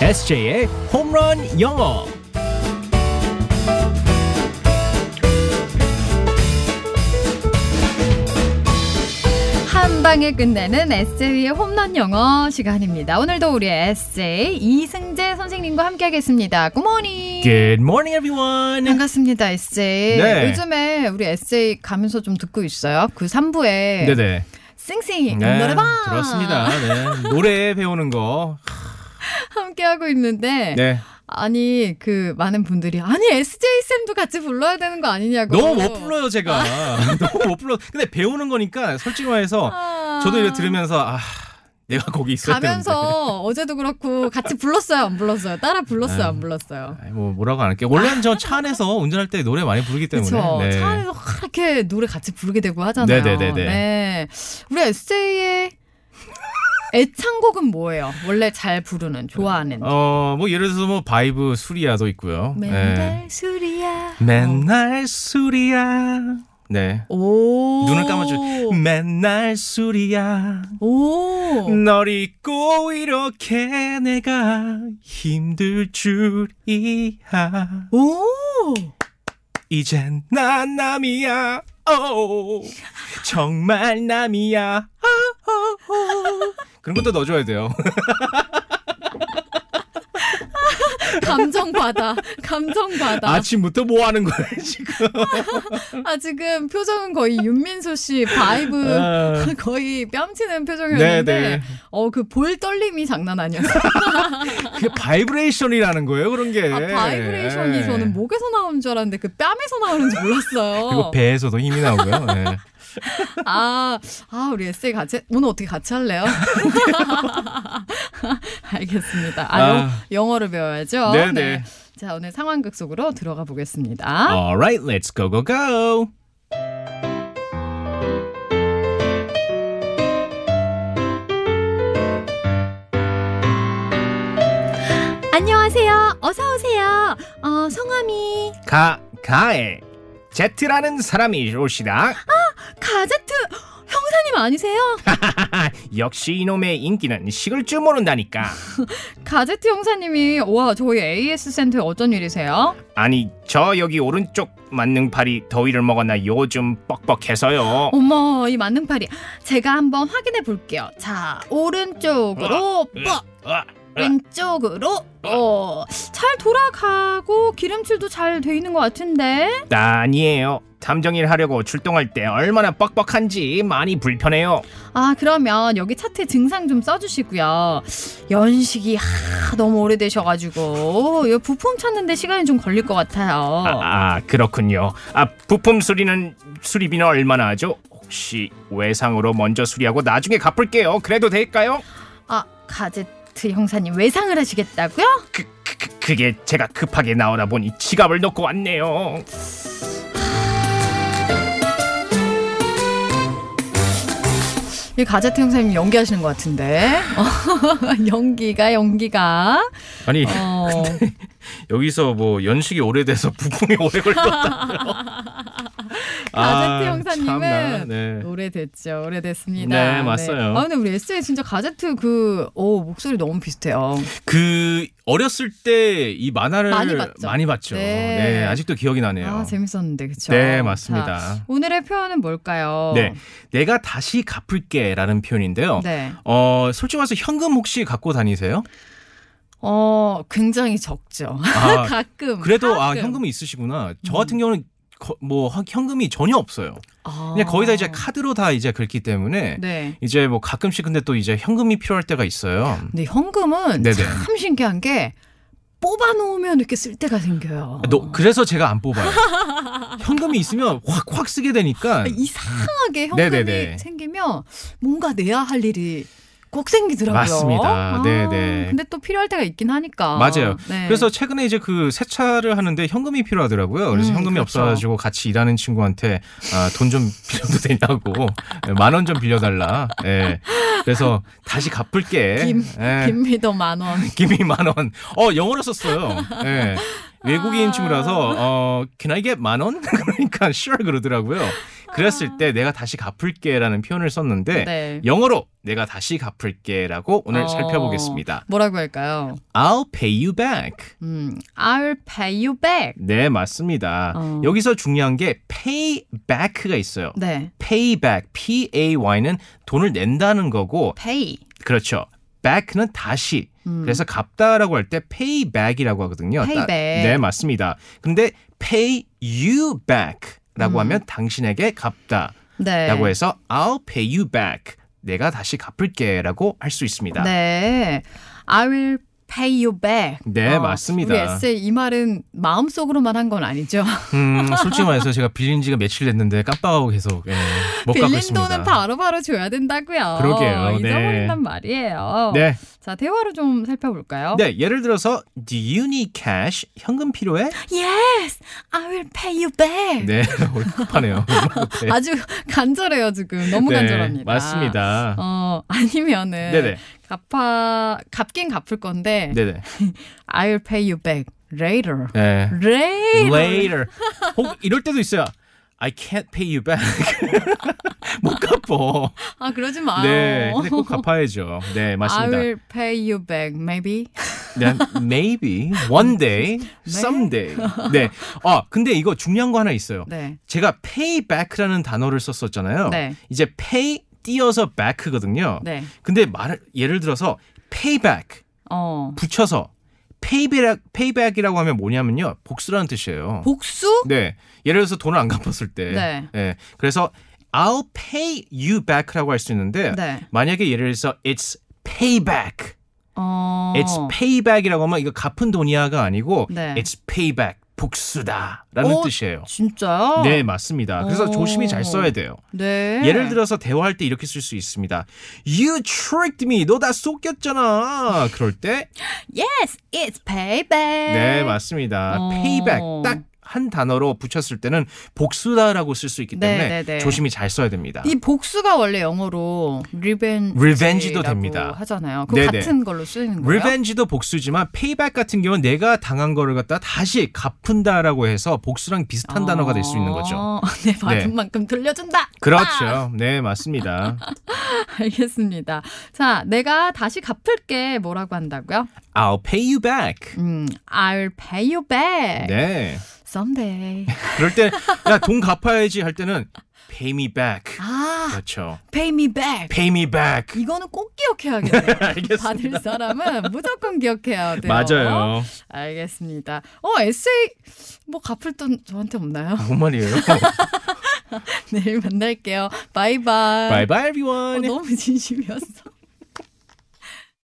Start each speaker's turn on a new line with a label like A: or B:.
A: SJ의 홈런 영어.
B: 한 방에 끝내는 SJ의 홈런 영어 시간입니다. 오늘도 우리 SJ 이승재 선생님과 함께하겠습니다. 굿모닝.
A: Good morning, everyone.
B: 반갑습니다, SJ.
A: 예. 네.
B: 요즘에 우리 SJ 가면서 좀 듣고 있어요. 그 3부에
A: 네네.
B: 싱싱
A: 네,
B: 예, 노래방
A: 들었습니다. 네. 노래 배우는 거.
B: 함께하고 있는데
A: 네.
B: 아니 그 많은 분들이 아니 SJ 쌤도 같이 불러야 되는 거 아니냐고.
A: 너무 못 불러요, 제가. 너무 못 불러. 근데 배우는 거니까 솔직히 말해서
B: 아.
A: 저도 이래 들으면서 아, 내가 거기 있어야 되는데. 네.
B: 가면서 어제도 그렇고 같이 불렀어요, 안 불렀어요? 따라 불렀어요, 안 불렀어요?
A: 아이, 뭐 뭐라고 안 할게요. 원래는 저 차 안에서 운전할 때 노래 많이 부르기 때문에.
B: 그렇죠.
A: 네.
B: 차 안에서 확 이렇게 노래 같이 부르게 되고 하잖아요.
A: 네네네네.
B: 네. 우리 SJ의 애창곡은 뭐예요? 원래 잘 부르는, 좋아하는.
A: 어, 뭐 예를 들어서 뭐 바이브 수리아도 있고요.
B: 맨날 술이야.
A: 네. 맨날 수리아. 네.
B: 어. 오. 어.
A: 눈을 음. 감아주. 맨날 수리야.
B: 오.
A: 널 잊고 이렇게 내가 힘들 줄이야.
B: 오.
A: 이젠 난 남이야. 오. 정말 남이야. 오, 오, 오. 그런 것도 넣어줘야 돼요.
B: 감정과다. 감정과다. 아,
A: 아침부터 뭐 하는 거야, 지금.
B: 지금 표정은 거의 윤민소 씨 바이브.
A: 아.
B: 거의 뺨치는 표정이었는데
A: 네, 네.
B: 어 그 볼 떨림이 장난 아니었어요.
A: 그게 바이브레이션이라는 거예요, 그런 게.
B: 아, 바이브레이션이
A: 예.
B: 저는 목에서 나오는 줄 알았는데 그 뺨에서 나오는지 몰랐어요.
A: 그리고 배에서도 힘이 나오고요. 예.
B: 아, 아 우리 에세이 같이 오늘 어떻게 같이 할래요? 알겠습니다. 아, 영-
A: 아.
B: 영어를 배워야죠.
A: 네네.
B: 자 오늘 상황극 속으로 들어가 보겠습니다.
A: Alright, let's go, go, go.
B: 안녕하세요. 어서 오세요. 어 성함이
A: 가, 가에. 제트라는 사람이 오시다.
B: 가자트 형사님 아니세요?
A: 역시 이놈의 인기는 식을 줄 모른다니까.
B: 가제트 형사님이 와 저희 AS 센터에 어쩐 일이세요?
A: 아니, 저 여기 오른쪽 만능팔이 더위를 먹었나 요즘 뻑뻑해서요.
B: 어머 뭐? 이 만능팔이 제가 한번 확인해 볼게요. 자 오른쪽으로 뻑
A: 아,
B: 왼쪽으로 어잘 돌아가고 기름칠도 잘 돼 있는 것 같은데
A: 아니에요. 탐정일 하려고 출동할 때 얼마나 뻑뻑한지 많이 불편해요.
B: 아 그러면 여기 차트에 증상 좀 써주시고요. 연식이 하, 너무 오래되셔가지고 이 부품 찾는데 시간이 좀 걸릴 것 같아요.
A: 아, 아, 그렇군요. 아, 부품 수리는 수리비는 얼마나 하죠? 혹시 외상으로 먼저 수리하고 나중에 갚을게요. 그래도 될까요?
B: 아 가제트 형사님 외상을 하시겠다고요?
A: 그, 그, 그- 그게 제가 급하게 나오다 보니 지갑을 놓고 왔네요.
B: 이 가제트 형사님 연기하시는 것 같은데 연기가 연기가
A: 아니
B: 어,
A: 여기서 뭐 연식이 오래돼서 부품이 오래 걸렸다고요.
B: 아제트 형사님은
A: 참나, 네.
B: 오래됐죠 오래됐습니다
A: 네, 맞아요.
B: 아 근데 우리 S A 진짜 가제트 그 오, 목소리 너무 비슷해요
A: 그 어렸을 때 이 만화를
B: 많이 봤죠.
A: 봤죠.
B: 네.
A: 아직도 기억이 나네요.
B: 아 재밌었는데 그쵸
A: 네, 맞습니다.
B: 자, 오늘의 표현은 뭘까요
A: 네, 내가 다시 갚을게라는 표현인데요.
B: 어. 네.
A: 어, 솔직히 말해서 현금 혹시 갖고 다니세요?
B: 어 굉장히 적죠
A: 아,
B: 가끔
A: 그래도 아
B: 가끔. 음.
A: 현금이 있으시구나. 저 같은 경우는 거- 뭐 하- 현금이 전혀 없어요.
B: 아.
A: 그냥 네, 거의 다 이제 카드로 다 이제 긁기 때문에
B: 네
A: 이제 뭐 가끔씩 근데 또 이제 현금이 필요할 때가 있어요.
B: 근데 현금은
A: 네네.
B: 참 신기한 게 뽑아놓으면 이렇게 쓸 때가 생겨요
A: 너- 그래서 제가 안 뽑아요. 현금이 있으면 확 확 쓰게
B: 아,
A: 되니까
B: 예. 이상하게 현금이
A: 음. 네네네.
B: 생기면 뭔가 내야 할 일이 꼭 생기더라고요. 아,
A: 맞습니다. 네네.
B: 근데 또 필요할 때가 있긴 하니까.
A: 맞아요.
B: 네.
A: 그래서 최근에 이제 그 세차를 하는데 현금이 필요하더라고요. 그래서
B: 음,
A: 현금이
B: 그렇죠.
A: 없어가지고 같이 일하는 친구한테 아, 돈 좀 빌려도 되냐고 예, 만 원 좀 빌려달라. 예. 그래서 다시 갚을게.
B: 김,
A: 예.
B: 김미도 만 원.
A: 김이 만 원. 어 영어로 썼어요. 예. 외국인
B: 아.
A: 친구라서 어 can I get 만 원? 그러니까 sure 그러더라고요. 그랬을 때 내가 다시 갚을게라는 표현을 썼는데
B: 아. 네.
A: 영어로 내가 다시 갚을게라고 오늘
B: 어,
A: 살펴보겠습니다.
B: 뭐라고 할까요?
A: I'll pay you back.
B: 음, I'll pay you back.
A: 네, 맞습니다.
B: 어.
A: 여기서 중요한 게 pay back가 있어요.
B: 네,
A: pay back, p a y는 돈을 낸다는 거고
B: pay.
A: 그렇죠. back는 다시.
B: 음.
A: 그래서 갚다라고 할 때 pay back이라고 하거든요.
B: pay
A: 따-
B: back.
A: 네, 맞습니다. 근데 pay you back라고
B: 음.
A: 하면 당신에게 갚다라고
B: 네.
A: 해서 I'll pay you back. 내가 다시 갚을게라고 할 수 있습니다.
B: 네, I will pay you back. 아,
A: 네, 맞습니다.
B: 어, 우리 에세이 이 말은 마음속으로만 한 건 아니죠.
A: 음, 솔직히 말해서 제가 빌린 지가 며칠 됐는데 깜빡하고 계속 예, 못 갚고
B: 빌린
A: 있습니다.
B: 돈은 바로바로 줘야 된다고요.
A: 그러게요. 네.
B: 잊어버린단 말이에요.
A: 네.
B: 자, 대화로 좀 살펴볼까요?
A: 네, 예를 들어서 Do you need cash? 현금 필요해?
B: Yes, I will pay you back.
A: 네, 오늘 급하네요. 네.
B: 아주 간절해요 지금. 너무
A: 네,
B: 간절합니다.
A: 맞습니다.
B: 어 아니면은
A: 네네.
B: 갚아 갚긴 갚을 건데
A: 네네.
B: I'll pay you back later.
A: 네.
B: Later.
A: Later. 혹 이럴 때도 있어요. I can't pay you back. 못 갚어.
B: 아 그러지 마요.
A: 네, 근데 꼭 갚아야죠. 네, 맞습니다.
B: I will pay you back maybe.
A: 네, maybe one day, someday. 네. 아, 근데 이거 중요한 거 하나 있어요.
B: 네.
A: 제가 pay back라는 단어를 썼었잖아요.
B: 네.
A: 이제 pay 띄어서 back거든요.
B: 네.
A: 근데 말 예를 들어서 payback
B: 어.
A: 붙여서 payback payback이라고 하면 뭐냐면요 복수라는 뜻이에요.
B: 복수?
A: 네. 예를 들어서 돈을 안 갚았을 때.
B: 네.
A: 예, 그래서 I'll pay you back라고 할 수 있는데
B: 네.
A: 만약에 예를 들어서 it's payback.
B: 어.
A: it's payback이라고 하면 이거 갚은 돈이야가 아니고
B: 네.
A: it's payback 복수다라는
B: 어?
A: 뜻이에요.
B: 진짜요?
A: 네, 맞습니다. 그래서
B: 오.
A: 조심히 잘 써야 돼요.
B: 네.
A: 예를 들어서 대화할 때 이렇게 쓸 수 있습니다. You tricked me. 너 나 속였잖아. 그럴 때
B: Yes, it's payback.
A: 네, 맞습니다.
B: 어.
A: payback 딱 한 단어로 붙였을 때는 복수다라고 쓸 수 있기
B: 네,
A: 때문에
B: 네, 네.
A: 조심히 잘 써야 됩니다.
B: 이 복수가 원래 영어로 리벤지라고
A: 리벤지도 됩니다.
B: 하잖아요. 그
A: 네네.
B: 같은 걸로 쓰이는 거예요?
A: 리벤지도 복수지만 payback 같은 경우는 내가 당한 거를 갖다 다시 갚은다라고 해서 복수랑 비슷한 단어가 될 수 있는 거죠.
B: 내 받은
A: 네.
B: 만큼 돌려준다. 아,
A: 그렇죠. 네, 맞습니다.
B: 알겠습니다. 자, 내가 다시 갚을게 뭐라고 한다고요?
A: I'll pay you back.
B: 음, I'll pay you back
A: 네.
B: someday.
A: 그럴 때 야, 돈 갚아야지 할 때는 pay me back.
B: 아,
A: 그렇죠.
B: pay me back.
A: pay me back.
B: 이거는 꼭 기억해야겠네요. 받을
A: 알겠습니다.
B: 사람은 무조건 기억해야 돼요.
A: 맞아요.
B: 알겠습니다. 어, 에세이 뭐 갚을 돈 저한테 없나요?
A: 뭔 말이에요?
B: 내일 만날게요. 바이바이.
A: bye bye
B: 어,
A: everyone.
B: 너무 진심이었어.